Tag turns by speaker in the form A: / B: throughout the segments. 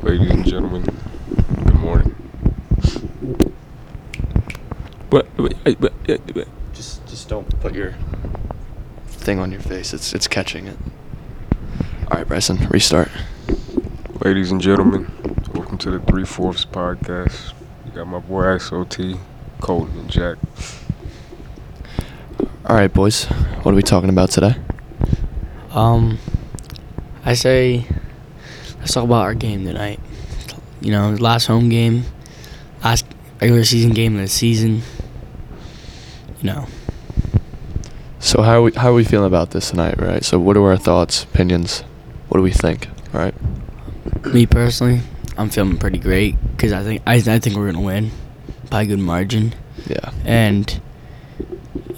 A: gentlemen. Good morning.
B: What? what- uh, what- uh, what-
C: Just just don't put your thing on your face. It's it's catching it. All right, Bryson, restart.
A: Ladies and gentlemen, welcome to the Three Fourths Podcast. You got my boy XOT, Colton, and Jack.
C: All right, boys. What are we talking about today?
D: Um, I say let's talk about our game tonight. You know, last home game, last regular season game of the season. You know,
C: So how are we, how are we feeling about this tonight, right? So what are our thoughts, opinions? What do we think? All right.
D: me personally, I'm feeling pretty great because I think I, I think we're gonna win by a good margin,
C: Yeah.
D: and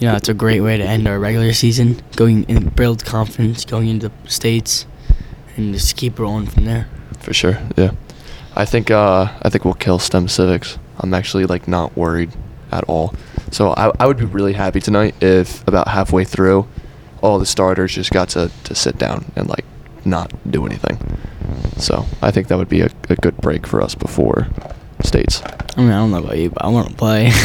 D: you know it's a great way to end our regular season, going and build confidence going into the states, and just keep rolling from there.
C: For sure. Yeah. I think uh, I think we'll kill STEM civics. I'm actually like not worried at all. So I, I would be really happy tonight if about halfway through, all the starters just got to, to sit down and like not do anything. So I think that would be a, a good break for us before states.
D: I mean, I don't know about you, but I want to play.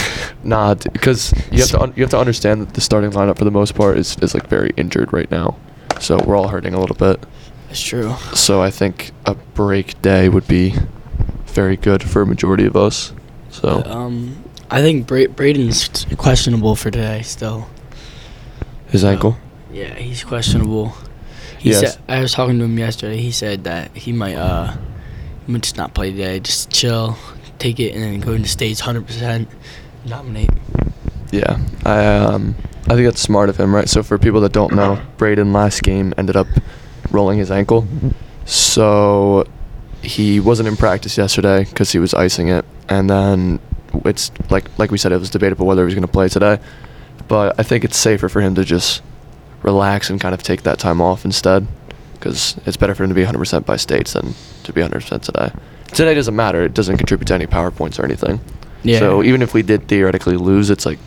C: Nah, because you have to un- you have to understand that the starting lineup for the most part is, is like very injured right now, so we're all hurting a little bit.
D: That's true.
C: So I think a break day would be very good for a majority of us. So
D: Um, I think Bra- Braden's questionable for today still. Uh,
C: his ankle.
D: Yeah, he's questionable. He
C: Yes.
D: said I was talking to him yesterday. He said that he might uh, he might just not play today. Just chill, take it, and then go into states hundred percent, nominate.
C: Yeah, I um I think that's smart of him, right? So for people that don't know, Braden last game ended up rolling his ankle, so he wasn't in practice yesterday because he was icing it, and then it's like like we said, it was debatable whether he was going to play today, but I think it's safer for him to just relax and kind of take that time off instead, because it's better for him to be 100% by states than to be 100% today. Today doesn't matter; it doesn't contribute to any powerpoints or anything.
D: Yeah.
C: So even if we did theoretically lose, it's like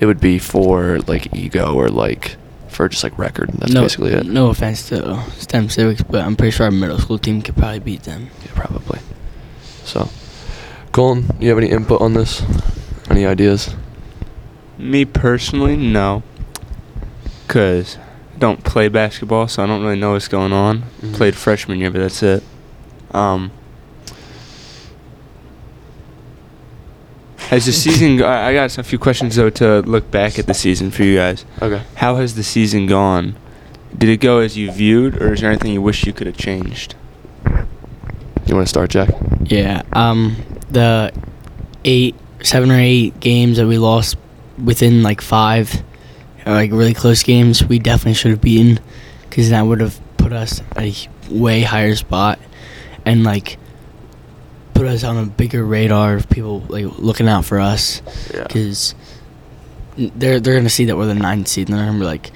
C: it would be for like ego or like for just like record. And that's
D: no,
C: basically it.
D: No offense to STEM civics, but I'm pretty sure our middle school team could probably beat them.
C: Yeah, probably. So, Colin, you have any input on this? Any ideas?
B: Me personally, no. Cause I don't play basketball, so I don't really know what's going on.
C: Mhm.
B: Played freshman year, but that's it. Um, as the season, go- I I got a few questions though to look back at the season for you guys.
C: Okay.
B: How has the season gone? Did it go as you viewed, or is there anything you wish you could have changed?
C: You want to start, Jack?
D: Yeah. Um, the eight, seven or eight games that we lost within like five, or like really close games, we definitely should have beaten, because that would have put us at a h- way higher spot, and like put us on a bigger radar of people like looking out for us,
C: Yeah.
D: because they're they're gonna see that we're the ninth seed, and they're gonna be like,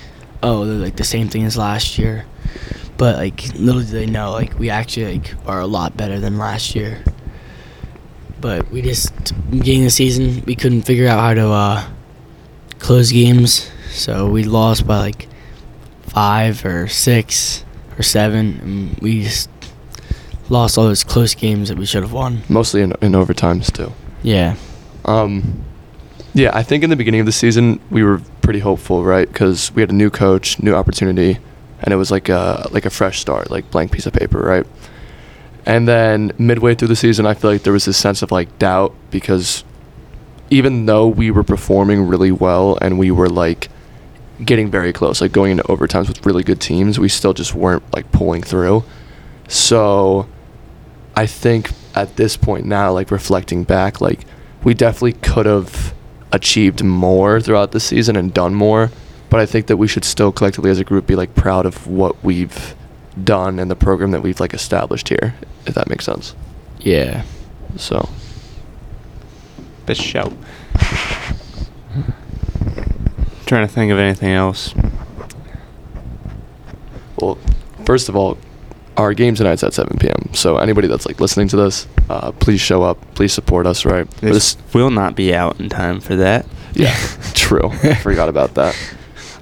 D: oh, they're like the same thing as last year. But like, little do they know, like we actually like are a lot better than last year. But we just beginning of the season, we couldn't figure out how to uh, close games, so we lost by like five or six or seven, and we just lost all those close games that we should have won.
C: Mostly in, in overtimes too.
D: Yeah,
C: Um, yeah, I think in the beginning of the season we were pretty hopeful, right? Because we had a new coach, new opportunity, and it was like a like a fresh start, like blank piece of paper, right? And then midway through the season, I feel like there was this sense of like doubt because even though we were performing really well and we were like getting very close, like going into overtimes with really good teams, we still just weren't like pulling through. So I think at this point now, like reflecting back, like we definitely could have achieved more throughout the season and done more. But I think that we should still collectively as a group be like proud of what we've done and the program that we've like established here, if that makes sense.
D: yeah.
C: So
B: Best shout. Trying to think of anything else.
C: Well, first of all, our game tonight's at 7 p.m. So anybody that's like listening to this, uh, please show up. Please support us, right? But
B: This
C: it's-
B: will not be out in time for that.
C: yeah, true. I forgot about that.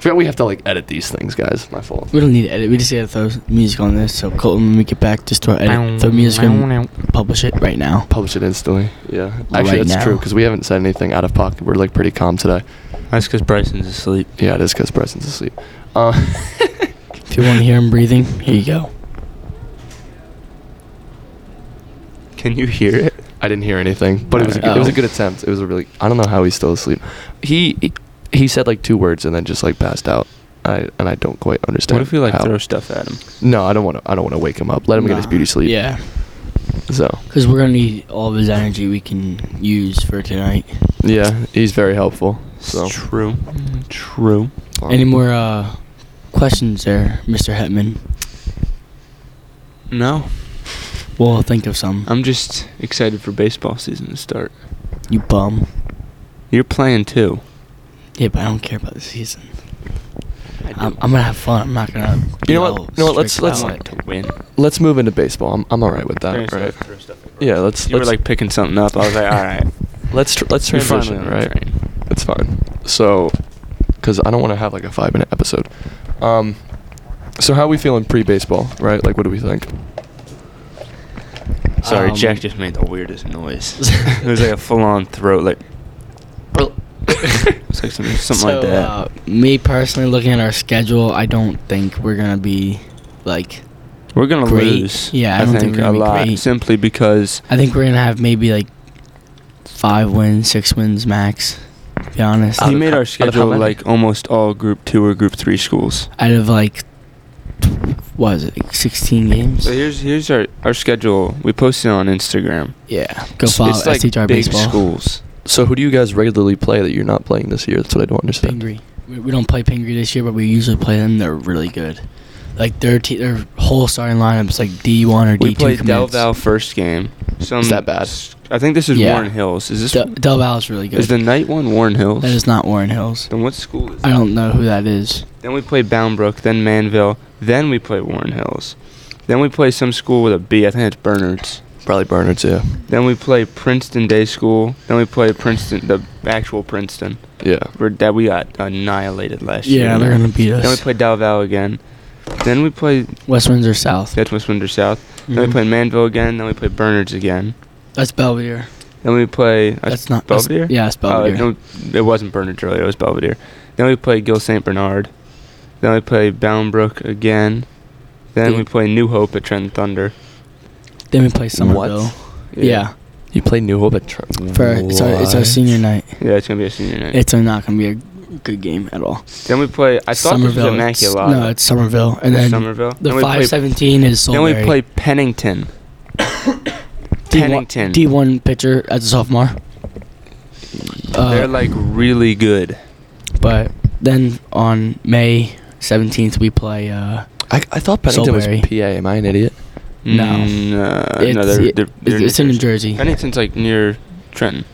C: Forgot we have to like edit these things, guys. My fault.
D: We don't need to edit. We just gotta throw music on this. So Colton, when we get back, just throw edit, throw music and publish it right now.
C: Publish it instantly. Yeah,
D: Right
C: actually, that's
D: now.
C: true because we haven't said anything out of pocket. We're like pretty calm today.
B: That's because Bryson's asleep.
C: Yeah, it is because Bryson's asleep. Uh,
D: If you want to hear him breathing, here you go.
B: Can you hear it?
C: I didn't hear anything, but it was a,
D: Alright.
C: it was a
D: Oh.
C: good attempt. It was a really. I don't know how he's still asleep. He he- he said like two words and then just like passed out. I and I don't quite understand.
B: What if we like
C: how.
B: throw stuff at him?
C: No, I don't want to. I don't want to wake him up. Let him get his
D: Nah.
C: beauty sleep.
D: Yeah,
C: So
D: because we're gonna need all of his energy we can use for tonight.
C: yeah, he's very helpful. So
B: True. Mm, True.
C: um,
D: Any more uh, questions there, Mr. Hetman?
B: No,
D: We'll think of some.
B: I'm just excited for baseball season to start.
D: you bum.
B: You're playing too.
D: Yeah, but I don't care about the season. I'm, I'm gonna have fun. I'm not gonna.
C: You know what?
D: yell
C: You know what? Let's-
D: straight
C: let's-
B: I
D: out.
B: want to win.
C: Let's move into baseball. I'm I'm all right with that. Right. Yeah. Let's
B: You were
C: let's
B: like picking something up. I was like, all right.
C: let's tr- let's
B: You're finally
C: transition.
B: on the
C: Right.
B: train.
C: It's fine. So, because I don't want to have like a five minute episode. Um, so how we feeling pre baseball? Right. Like, what do we think?
B: Sorry,
D: Um,
B: Jack just made the weirdest noise. it was like a full-on throat, like it's like something, something like
D: So,
B: that.
D: Uh, me personally, looking at our schedule, I don't think we're gonna be like.
B: we're gonna
D: great.
B: lose.
D: Yeah, I don't think we're
B: a
D: gonna be
B: lot
D: great.
B: simply because
D: I think we're gonna have maybe like five wins, six wins max. To be honest,
C: Out
B: he
C: of
B: made
C: how- out
B: our
C: of how
B: schedule
C: many?
B: like almost all Group Two or Group Three schools.
D: out of like what is it, like sixteen games?
B: So here's here's our, our schedule. We posted on Instagram.
D: Yeah, go
B: It's-
D: follow
B: it's like
D: SHR
B: big
D: baseball.
B: schools.
C: So who do you guys regularly play that you're not playing this year? That's what I don't understand.
D: Pingree. We, we don't play Pingree this year, but we usually play them. They're really good. Like their te- their whole starting lineup's like D one or
B: We
D: D two
B: played Del
D: commits.
B: Val first game. Some,
C: Is that bad?
B: I think this is
D: Yeah.
B: Warren Hills. Is this
D: Del, Del Val's really good.
B: is the night one Warren Hills?
D: that is not Warren Hills.
B: then what school is
D: I
B: that?
D: don't know who that is.
B: Then we play Boundbrook, then Manville, then we play Warren Hills. Then we play some school with a B, I think it's Bernards.
C: Probably Bernard's. Yeah.
B: Then we play Princeton Day School. Then we play Princeton, the actual Princeton,
C: Yeah.
B: where that we got annihilated last year.
D: Yeah, they're gonna beat
B: Then we
D: us.
B: play Dalval again. Then we play
D: West Windsor South.
B: that's West Windsor South. Then
D: Mm-hmm.
B: we play Manville again. Then we play Bernards again.
D: That's Belvedere.
B: Then we play uh,
D: That's not that's-
B: Belvedere.
D: yeah, it's Belvedere.
B: Oh, no, it wasn't Bernards earlier. It was Belvedere. Then we play Gil St. Bernard. Then we play Boundbrook again. Then we
D: Dude.
B: play New Hope at Trent Thunder.
D: Then we play Somerville. Yeah,
C: You play New Hope at Tr-
D: for it's our, it's our senior night.
B: Yeah, it's gonna be a senior night.
D: It's not gonna be a good game at all.
B: then we play. I thought this was
D: it's-
B: Immaculata.
D: No, it's Somerville, and then
B: Somerville.
D: the
B: then we
D: five
B: play,
D: seventeen is
B: Then
D: Solberry.
B: we play Pennington. Pennington.
D: D one pitcher as a sophomore.
B: They're
D: Uh,
B: like really good.
D: but then on May seventeenth we play. Uh,
C: I, I thought Pennington
D: Solberry.
C: was PA. Am I an idiot?
D: No.
B: Mm, uh,
D: it's
B: no, they're, they're, they're
D: it's in New Jersey,
B: Pennington's like near Trenton.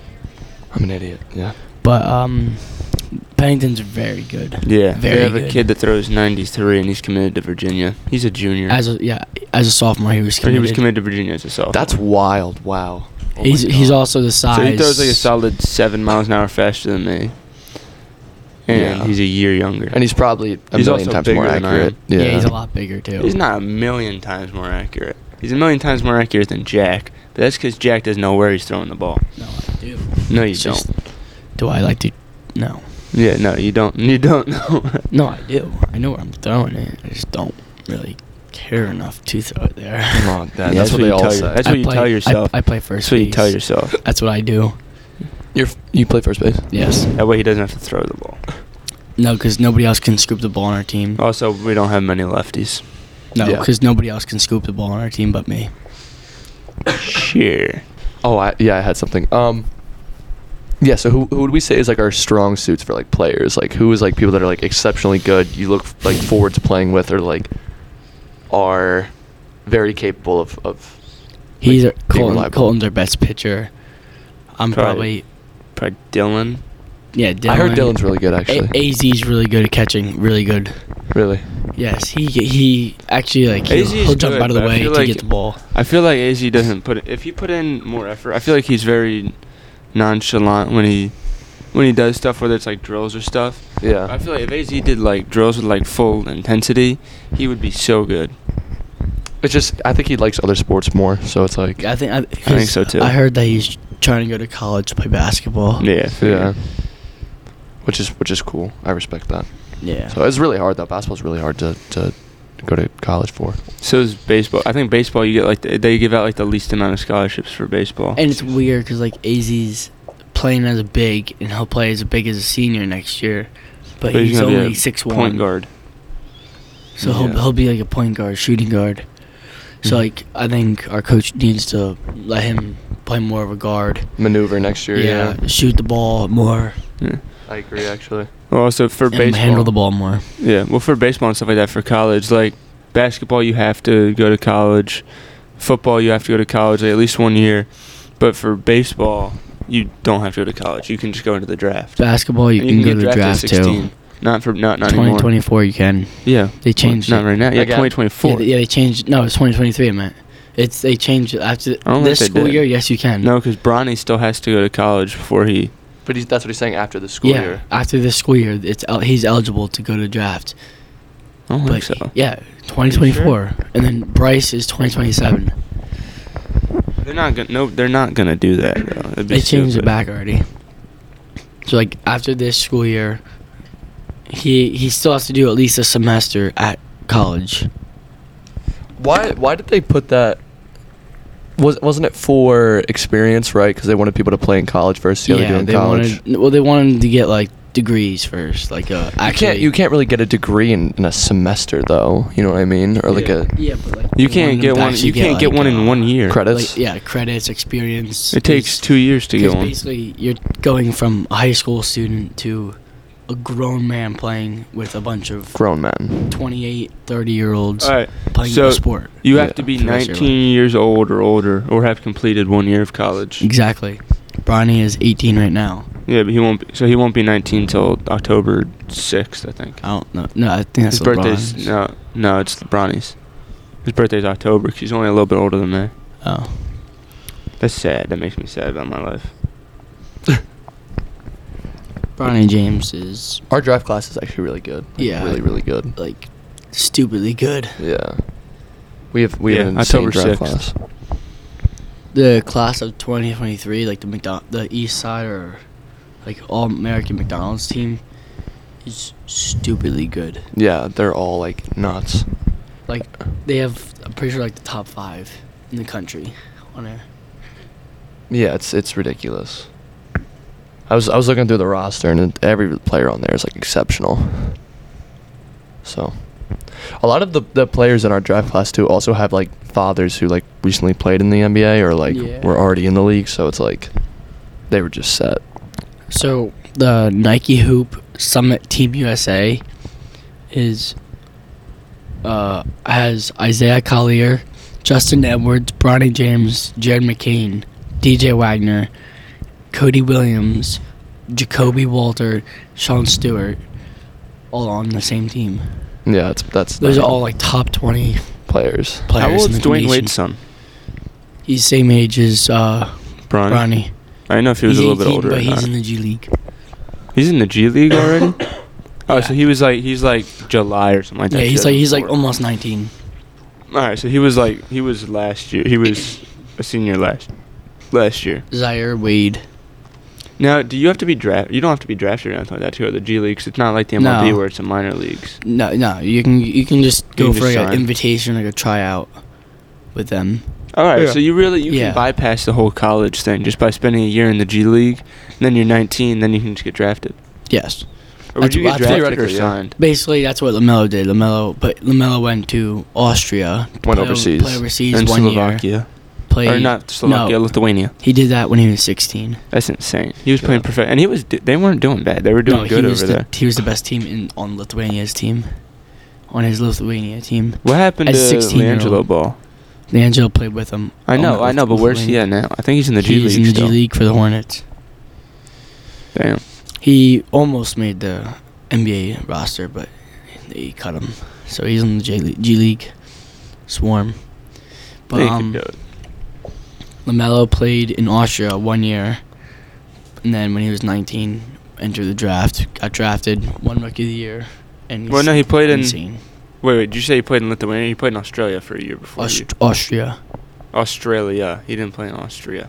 C: I'm an idiot. Yeah.
D: but um, Pennington's very good.
B: Yeah,
D: Very
B: they have a
D: good.
B: kid that throws 93 and he's committed to Virginia. He's a junior.
D: As a, yeah, as a sophomore he was
B: Or
D: committed.
B: he was committed to Virginia as a sophomore.
C: That's wild. Wow. Oh my
D: he's he's
C: God.
D: also the size.
B: so he throws like a solid seven miles an hour faster than me, and
C: Yeah.
B: he's a year younger.
C: And he's probably a
B: He's
C: million
B: also
C: times
B: bigger
C: more
B: than I am.
C: accurate.
D: yeah. he's a lot bigger too.
B: he's not a million times more accurate. He's a million times more accurate than Jack, but that's because Jack doesn't know where he's throwing the ball.
D: No, I do.
B: No, you
D: It's
B: don't.
D: just- Do I like to? No.
B: yeah, no, you don't. You don't know.
D: No, I do. I know where I'm throwing it. I just don't really care enough to throw it there.
C: Come on,
B: Yeah,
C: Dad. that's, what they
B: you
C: all
B: tell your-
C: say.
B: that's
D: I
B: what you
D: play-
B: tell
D: I-
B: yourself.
D: I, play first.
B: that's what you
D: base.
B: tell yourself.
D: That's what I do.
C: You're, f- you play first base.
D: Yes.
B: That way, he doesn't have to throw the ball.
D: No, because nobody else can scoop the ball on our team.
B: Also, we don't have many lefties.
D: No,
C: yeah.
D: because nobody else can scoop the ball on our team but me.
B: Sure.
C: Oh, I, yeah, I had something. Um, yeah. So who who would we say is like our strong suits for like players? Like who is like people that are like exceptionally good? You look like forward to playing with, or like are very capable of of.
D: He's
C: Like,
D: our,
C: being
D: Colton,
C: reliable.
D: Colton's our best pitcher. I'm
B: Probably.
D: probably,
B: Probably Dylan.
D: yeah. Dylan.
C: I heard Dylan's really good actually.
D: A- AZ's really good at catching. Really good.
C: really.
D: Yes, he he actually like he'll,
B: AZ is
D: he'll jump
B: good,
D: out of the
B: but I
D: way
B: feel
D: to
B: like-
D: get the ball.
B: I feel like AZ doesn't put. If he put in more effort, I feel like he's very nonchalant when he when he does stuff, whether it's like drills or stuff.
C: Yeah.
B: I feel like if AZ did like drills with like full intensity, he would be so good.
C: It's just I think he likes other sports more, so it's like
D: I think I,
B: think so, too.
D: I heard that he's trying to go to college to play basketball.
B: Yeah.
C: yeah, which is which is cool. I respect that.
D: Yeah.
C: So it's really hard though. Basketball's really hard to to go to college for.
B: So is baseball. I think baseball you get like the, they give out like the least amount of scholarships for baseball.
D: And it's weird because like AZ's playing as a big, and he'll play as a big as a senior next year, but, he's,
B: gonna be
D: only
B: a
D: six one.
B: point guard.
D: So he'll
C: Yeah.
D: he'll be like a point guard, shooting guard.
B: Mm-hmm.
D: So
C: Mhm.
D: like I think our coach needs to let him play more of a guard.
C: Maneuver next year. Yeah,
D: shoot the ball more
B: Yeah.
C: I agree actually.
B: Well, also for
D: and
B: baseball,
D: handle the ball more.
B: Yeah, well, for baseball and stuff like that, for college, like basketball, you have to go to college. Football, you have to go to college like, at least one year. But for baseball, you don't have to go to college. You can just go into the draft.
D: Basketball, you,
B: And
D: can, go to draft
B: at
D: too.
B: Not for not not
D: Twenty
B: anymore.
D: twenty four, you can.
B: Yeah,
D: They changed.
B: Not
D: it.
B: right now. Yeah,
C: I got-
B: twenty twenty
D: Yeah,
B: four.
D: they, yeah, they changed. No, it's twenty twenty three. I meant it's they changed it after
B: don't think
D: this
B: they
D: school
B: did.
D: year. Yes, you can.
B: No, because Bronny still has to go to college before he.
C: But he's, that's what he's saying after the school
D: yeah,
C: year.
D: after this school year, it's el- he's eligible to go to draft.
B: I don't
D: But
B: think so.
D: yeah, 2024, and then Bryce is 2027.
B: They're not gonna. No, they're not gonna do that. Though. It'd be
D: They changed it
B: stupid.
D: back already. So like after this school year, he he still has to do at least a semester at college.
C: Why why did they put that? Was wasn't it for experience, right? Because they wanted people to play in college versus the other dude in
D: they
C: college.
D: wanted well they wanted to get like degrees first, like uh,
C: you can't
D: actually
C: you can't really get a degree in, in a semester though. You know what I mean? Or like
B: Yeah.
D: yeah, but like
B: You
D: they
B: can't
D: wanted
B: get
D: them to
B: one.
D: actually
B: You can't get
D: like,
B: one in
D: uh,
B: one year.
C: a credits.
D: Like, yeah, credits, experience.
B: It takes two years to get
D: Because
B: one.
D: basically, you're going from a high school student to a grown man playing with a bunch of
C: Grown man.
D: 28, 30 year olds
B: All right.
D: playing
B: so-
D: the sport.
B: You
C: Yeah,
B: have to be
D: for the rest of your
B: 19 years old or older, or have completed one year of college.
D: Exactly. Bronny is 18 right now.
B: Yeah, but he won't. Be, so he won't be 19 till October 6th, I think.
D: I don't know. No, I think that's
B: His birthday's
D: LeBron's.
B: no, no, it's Bronny's. His birthday's October. 'cause he's only a little bit older than me.
D: Oh.
B: That's sad. That makes me sad about my life.
D: Bronny James is
C: Our draft class is actually really good. Like,
D: Yeah.
C: Really really good.
D: like stupidly good.
C: Yeah. We have we have
B: Yeah,
C: an insane
B: October
C: draft
B: 6th.
C: class.
D: The class of 2023, like the McDon- the East Side or like All American McDonald's team, is stupidly good.
C: Yeah, they're all like nuts.
D: Like they have, I'm pretty sure like the top five in the country on there.
C: Yeah, it's it's ridiculous. I was I was looking through the roster and every player on there is like exceptional. So, a lot of the, the players in our draft class too also have like fathers who like recently played in the NBA or like
D: Yeah.
C: were already in the league. So it's like they were just set.
D: So the Nike Hoop Summit Team USA is uh, has Isaiah Collier, Justin Edwards, Bronny James, Jared McCain, DJ Wagner, Cody Williams, Jacoby Walter, Sean Stewart, all on the same team.
C: Yeah, it's that's
D: Those are
C: not
D: all like top twenty
C: players.
D: players.
B: How old
D: in
B: is
D: the
B: Dwayne
D: nation.
B: Wade's son?
D: He's same age as uh,
B: Bronny.
D: Bronny.
B: I don't know if he was
D: he's
B: a little
D: 18,
B: bit older.
D: but
B: or
D: he's
B: not.
D: in the G League.
B: He's in the G League already. Oh, so
D: Yeah.
B: he was like he's like July or something like that.
D: Yeah, he's like he's like
B: 2004.
D: almost nineteen.
B: All right, so he was like he was last year. He was a senior last last year.
D: Zaire Wade.
B: Now, do you have to be draft? You don't have to be drafted or anything like that too. Or the G leagues. It's not like the MLB
D: No.
B: where it's the minor leagues.
D: No, no, you can you can just go
B: can
D: for
B: just
D: like an
B: sign.
D: invitation, like a tryout with them.
B: All right,
C: Yeah.
B: so you really you
D: Yeah.
B: can bypass the whole college thing just by spending a year in the G league. And then you're 19, then you can just get drafted.
D: Yes,
B: Or would
D: That's-
B: you get
D: that's
B: drafted or
C: theoretically, yeah.
B: signed?
D: basically that's what Lamelo did. Lamelo, but Lamelo went to Austria. to
C: Went
D: play-
C: overseas.
D: Play overseas
B: in
D: one year.
B: Slovakia
D: Play
B: or not Slovakia,
D: No,
B: Lithuania.
D: he did that when he was sixteen.
B: That's insane. He was
C: Yeah.
B: playing perfect, and he was d- they weren't doing bad. They were doing
D: no,
B: good
D: he was
B: over
D: the,
B: there.
D: He was the best team in on Lithuania's team, on his Lithuania team.
B: What happened
D: as
B: to
D: 16-year-old.
B: Angelo Ball?
D: Angelo played with him.
B: I
D: on
B: know, I
D: Lith-
B: know, but where's he
D: Lithuania.
B: at now? I think he's in the G
D: He's
B: league.
D: in the
B: still.
D: G League for the Hornets.
B: Damn.
D: He almost made the NBA roster, but they cut him. So he's in the J League, G League swarm. But
B: They could
D: um,
B: do it.
D: Lamelo played in Austria one year, and then when he was 19, enter the draft. Got drafted, won rookie of the year, and
B: Well, no, he played in. Wait,
D: insane.
B: wait. Did you say he played in Lithuania? He played in Australia for a year before. you.
D: Aust- Austria.
B: Australia. He didn't play in Austria.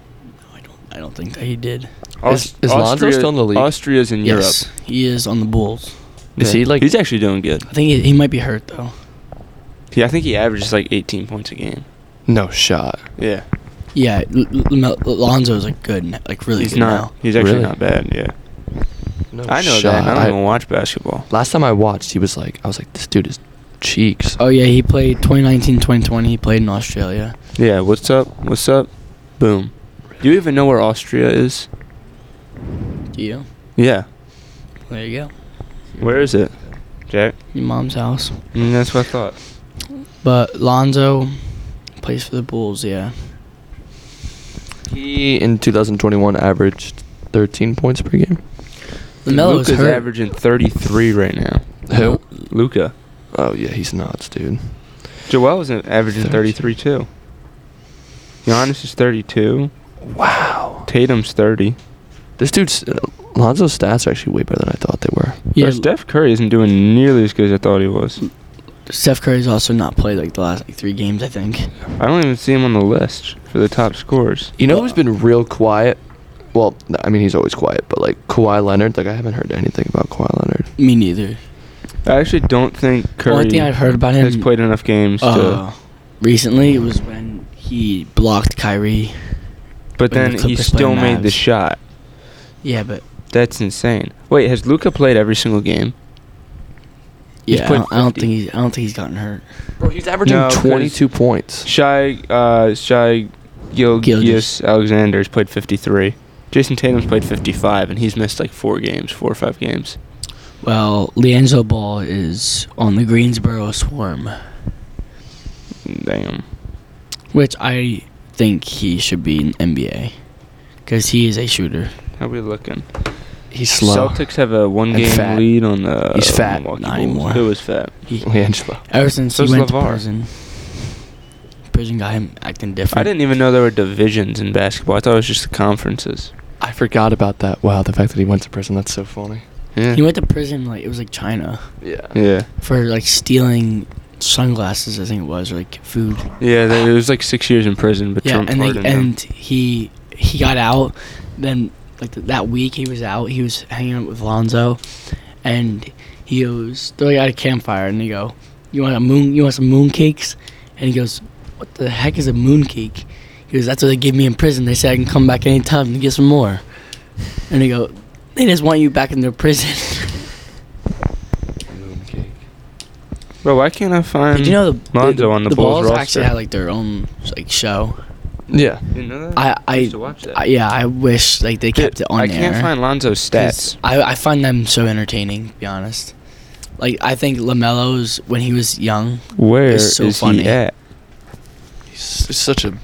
D: I don't. I don't think that he did.
C: Is- is Lonzo still in the league?
B: Austria's in
D: Yes, he is on the Bulls.
C: Is
B: Yeah.
C: he like?
B: Europe. He's actually doing good.
D: I think he, he might be hurt though.
B: Yeah, I think he averages like 18 points a game.
C: no shot.
B: Yeah,
D: Yeah, L- L- Mel- Lonzo's like good, n- like really
B: he's
D: good
B: not.
D: now.
B: He's actually
C: Really?
B: not bad. Yeah,
C: No
B: I know that.
C: shot.
B: and I don't
C: I-
B: even watch basketball.
C: last time I watched, he was like, I was like, this dude is cheeks.
D: Oh yeah, he played 2019, 2020. He played in Australia.
B: Yeah, what's up? What's up? Boom. Do you even know where Austria is?
D: Do you?
B: Yeah.
D: There you go.
B: Where is it, Jack?
D: Your mom's house.
B: Mm, that's what I thought.
D: But Lonzo plays for the Bulls. Yeah.
C: He in 2021 averaged 13 points per game.
D: Lamelo is
B: Luka's
D: hurt.
B: averaging 33 right now.
C: Who?
B: Luca.
C: Oh yeah, he's nuts, dude.
B: Joel is averaging 33 too. Giannis is 32.
C: Wow.
B: Tatum's 30.
C: This dude's uh, Lonzo's stats are actually way better than I thought they were.
D: Yeah,
B: But Steph Curry isn't doing nearly as good as I thought he was.
D: Steph Curry's also not played like the last like, three games. I think.
B: I don't even see him on the list for the top scorers.
C: You know who's been real quiet? Well, th- I mean he's always quiet, but like Kawhi Leonard, like I haven't heard anything about Kawhi Leonard.
D: Me neither.
B: I actually don't think
D: The
B: Curry
D: Only thing I've heard about him
B: has played enough games to.
D: uh, recently was when he blocked Kyrie.
B: But then
D: when the
B: he
D: Clippers play
B: still made the
D: Mavs.
B: shot.
D: Yeah, but
B: That's insane. Wait, has Luca played every single game? He's
D: yeah, I
B: played
D: don't, I don't
B: 50.
D: think he's. I don't think he's gotten hurt.
C: Bro, he's averaging
B: No, 'cause-
C: 22 points.
B: Shy, uh, Shy, Gilgis
D: Gilgeous.
B: Alexander's played 53. Jason Tatum's played 55, and he's missed like four games, four or five games.
D: Well, Lianzo Ball is on the Greensboro Swarm,
B: Damn.
D: which I think he should be in NBA because he is a shooter.
B: How we looking?
C: He's slow.
B: Celtics have a
C: And
B: one-game
C: fat.
B: lead on the.
C: He's fat.
B: Milwaukee
D: Not
B: Bulls.
D: anymore.
B: Who is fat?
D: He,
C: Angelo.
D: ever since
B: So's
D: he went
B: LeVar.
D: to prison, prison got him acting different.
B: I didn't even know there were divisions in basketball. I thought it was just the conferences.
C: I forgot about that. Wow, the fact that he went to prison, that's so funny.
B: Yeah.
D: He went to prison like it was like China
C: Yeah.
B: yeah.
D: for like stealing sunglasses. I think it was or, like food.
B: Yeah, they, it was like six years in prison, but
D: yeah,
B: Trump
D: and they,
B: pardoned him.
D: and he he got out. Then like th- that week he was out. He was hanging out with Lonzo, and he goes, "They're like at a campfire," and they go, "You want a moon? You want some moon cakes?" And he goes, "What the heck is a moon cake?" He goes, "That's what they gave me in prison. They said I can come back anytime and get some more." And they go, "They just want you back in their prison."
C: Mooncake.
B: Bro, why can't I find?
D: Did you know the
B: Lonzo
D: the,
B: on the
D: the
B: Bulls
D: Bulls
B: roster.
D: actually had like their own like show?
C: Yeah.
B: Didn't know that?
D: I I,
B: used to watch that.
D: I yeah I wish like they kept it on
B: I
D: there.
B: can't find Lonzo's stats.
D: 'Cause I, I find them so entertaining, to be honest. Like I think Lamelo's when he was young,
B: Where
D: It's so
B: is
D: funny.
B: he at?
C: He's, he's such a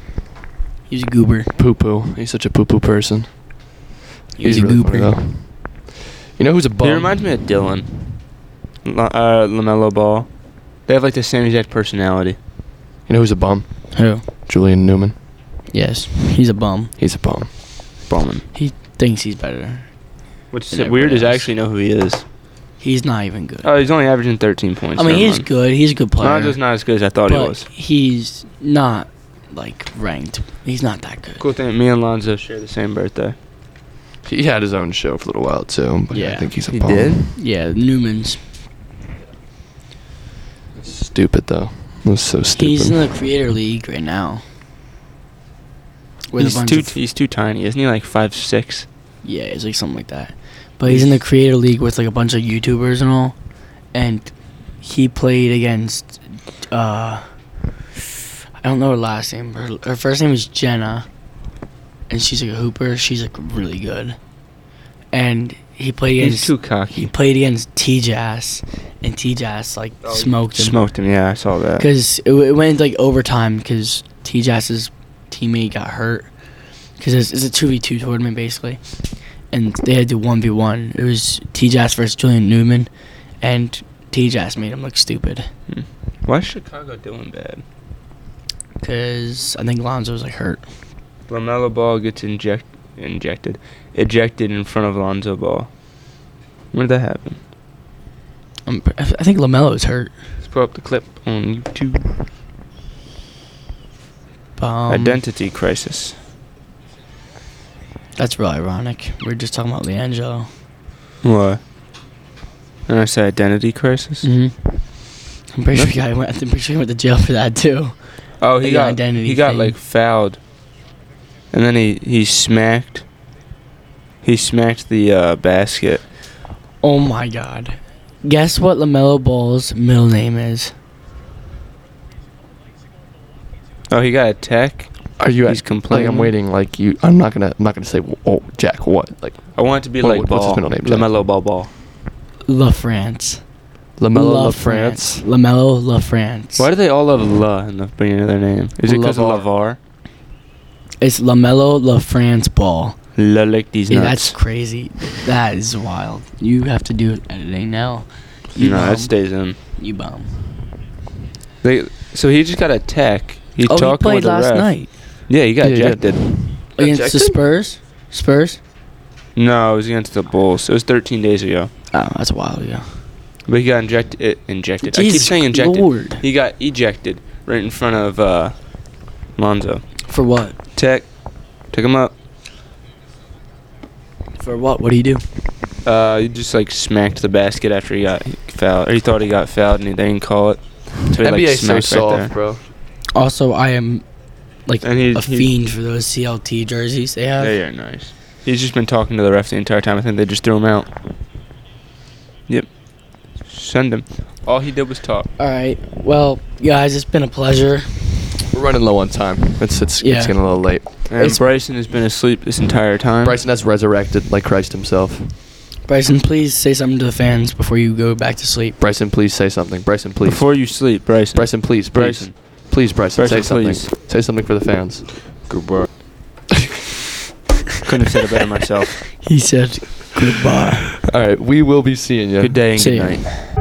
D: he was a goober.
C: poo poo. He's such a poo poo person.
D: He was
C: He's
D: a
C: really funny,
D: goober.
C: though. You know who's a bum?
B: He reminds me of Dylan, La- uh, Lamelo Ball. They have like the same exact personality.
C: You know who's a bum?
D: Who?
C: Julian Newman.
D: Yes, he's a bum.
C: He's a bum.
B: Ballman.
D: He thinks he's better.
B: What's
D: And
B: weird is I
D: everybody else.
B: actually know who he is.
D: He's not even good.
B: Oh, he's only averaging 13 points.
D: I mean,
B: never
D: he's
B: mind.
D: good. He's a good player.
B: Lonzo's not as good as I thought
D: but
B: he was.
D: he's not like ranked. He's not that good.
B: Cool thing, me and Lonzo share the same birthday.
C: He had his own show for a little while too, but I
D: Yeah.
C: think he's a
B: He
C: bum.
B: did?
D: Yeah, Newman's.
C: Stupid though. It was so stupid.
D: He's in the creator league right now. With a
B: He's
D: bunch
B: too,
D: of-
B: he's too tiny, isn't he? Like five six.
D: Yeah, it's like something like that. But he's in the creator league with like a bunch of YouTubers and all, and he played against. uh I don't know her last name. Her, her first name is Jenna, and she's like a hooper. She's like really good, and he played
B: He's
D: against
B: too
D: he
B: cocky.
D: played against T Jazz, and T Jazz like smoked him
B: Oh, Smoked him. Yeah, I saw that.
D: because it, w- it went into like overtime because T Jazz's teammate got hurt because it's, it's a two v two tournament basically, and they had to one v one. It was T Jazz versus Julian Newman, and T Jazz made him look stupid
B: Why is Chicago doing bad?
D: because I think Lonzo was like hurt.
B: Lamelo Ball gets inject, injected, ejected in front of Lonzo Ball. When did that happen?
D: I'm, pr- Um, I think Lamelo's hurt.
B: Let's pull up the clip on YouTube.
D: Um,
B: Identity crisis.
D: That's real ironic. We were just talking about Leangelo.
B: What? And I say identity crisis.
D: Mm-hmm. I'm pretty sure he got- went. I'm pretty sure he went to jail for that too.
B: Oh, he
D: The
B: got
D: identity
B: he got
D: thing.
B: like fouled, and then he he smacked. He smacked the uh, basket.
D: Oh my God! Guess what Lamelo Ball's middle name is?
B: Oh, he got a tech.
C: Are you?
B: He's
C: At, like
B: complaining.
C: I'm waiting. Like you. I'm not gonna. I'm not gonna say. Oh, Jack. What? Like
B: I want it to be
C: What-
B: like
C: what's his
B: ball.
C: middle name, Jack?
B: Lamelo Ball Ball.
D: La France.
C: Lamelo La France.
D: Lamelo La France.
B: Why do they all have La in the beginning of their name? Is it because of Lavar?
C: Lavar.
D: It's Lamelo La France Ball.
B: La like these
D: Yeah, that's
B: nuts.
D: crazy. That is wild. You have to do editing now. You
B: no,
D: bum.
B: that stays in.
D: You bum.
B: They so he just got a tech. He
D: oh, he
B: talking
D: played
B: with the
D: last
B: ref.
D: night
B: Yeah, he got
C: Yeah, he did.
B: ejected.
D: against the
C: Ejected?
D: Spurs. Spurs.
B: No, it was against the Bulls. It was 13 days ago.
D: Oh, that's a while ago.
B: But he got injected. It, injected. I keep
D: Jesus
B: saying injected.
D: Lord.
B: He got ejected right in front of uh, Lonzo.
D: For what?
B: Tech took him up.
D: For what? What do you do?
B: Uh, he just like smacked the basket after he got fouled. Or he thought he got fouled and he didn't call it. So he, like,
C: NBA 's so
B: smacked right
C: soft,
B: there.
C: bro.
D: Also, I am like
B: And he-
D: a
B: he-
D: fiend for those CLT jerseys they have.
B: They are nice. He's just been talking to the ref the entire time. I think they just threw him out. Yep. Send him. All he did was talk.
D: All right. Well, guys, it's been a pleasure.
C: We're running low on time. It's it's,
D: Yeah.
C: it's getting a little late.
B: And
D: It's-
B: Bryson has been asleep this entire time.
C: Bryson has resurrected like Christ himself.
D: Bryson, please say something to the fans before you go back to sleep.
C: Bryson, please say something. Bryson, please.
B: Before you sleep, Bryson.
C: Bryson, please, please.
B: Bryson.
C: Please, Bryson,
B: Bryson,
C: say something.
B: please.
C: Say something for the fans.
A: Goodbye.
B: Couldn't have said it better myself.
D: He said goodbye.
C: All right, we will be seeing you.
B: Good day and
D: See
B: good
D: ya.
B: night.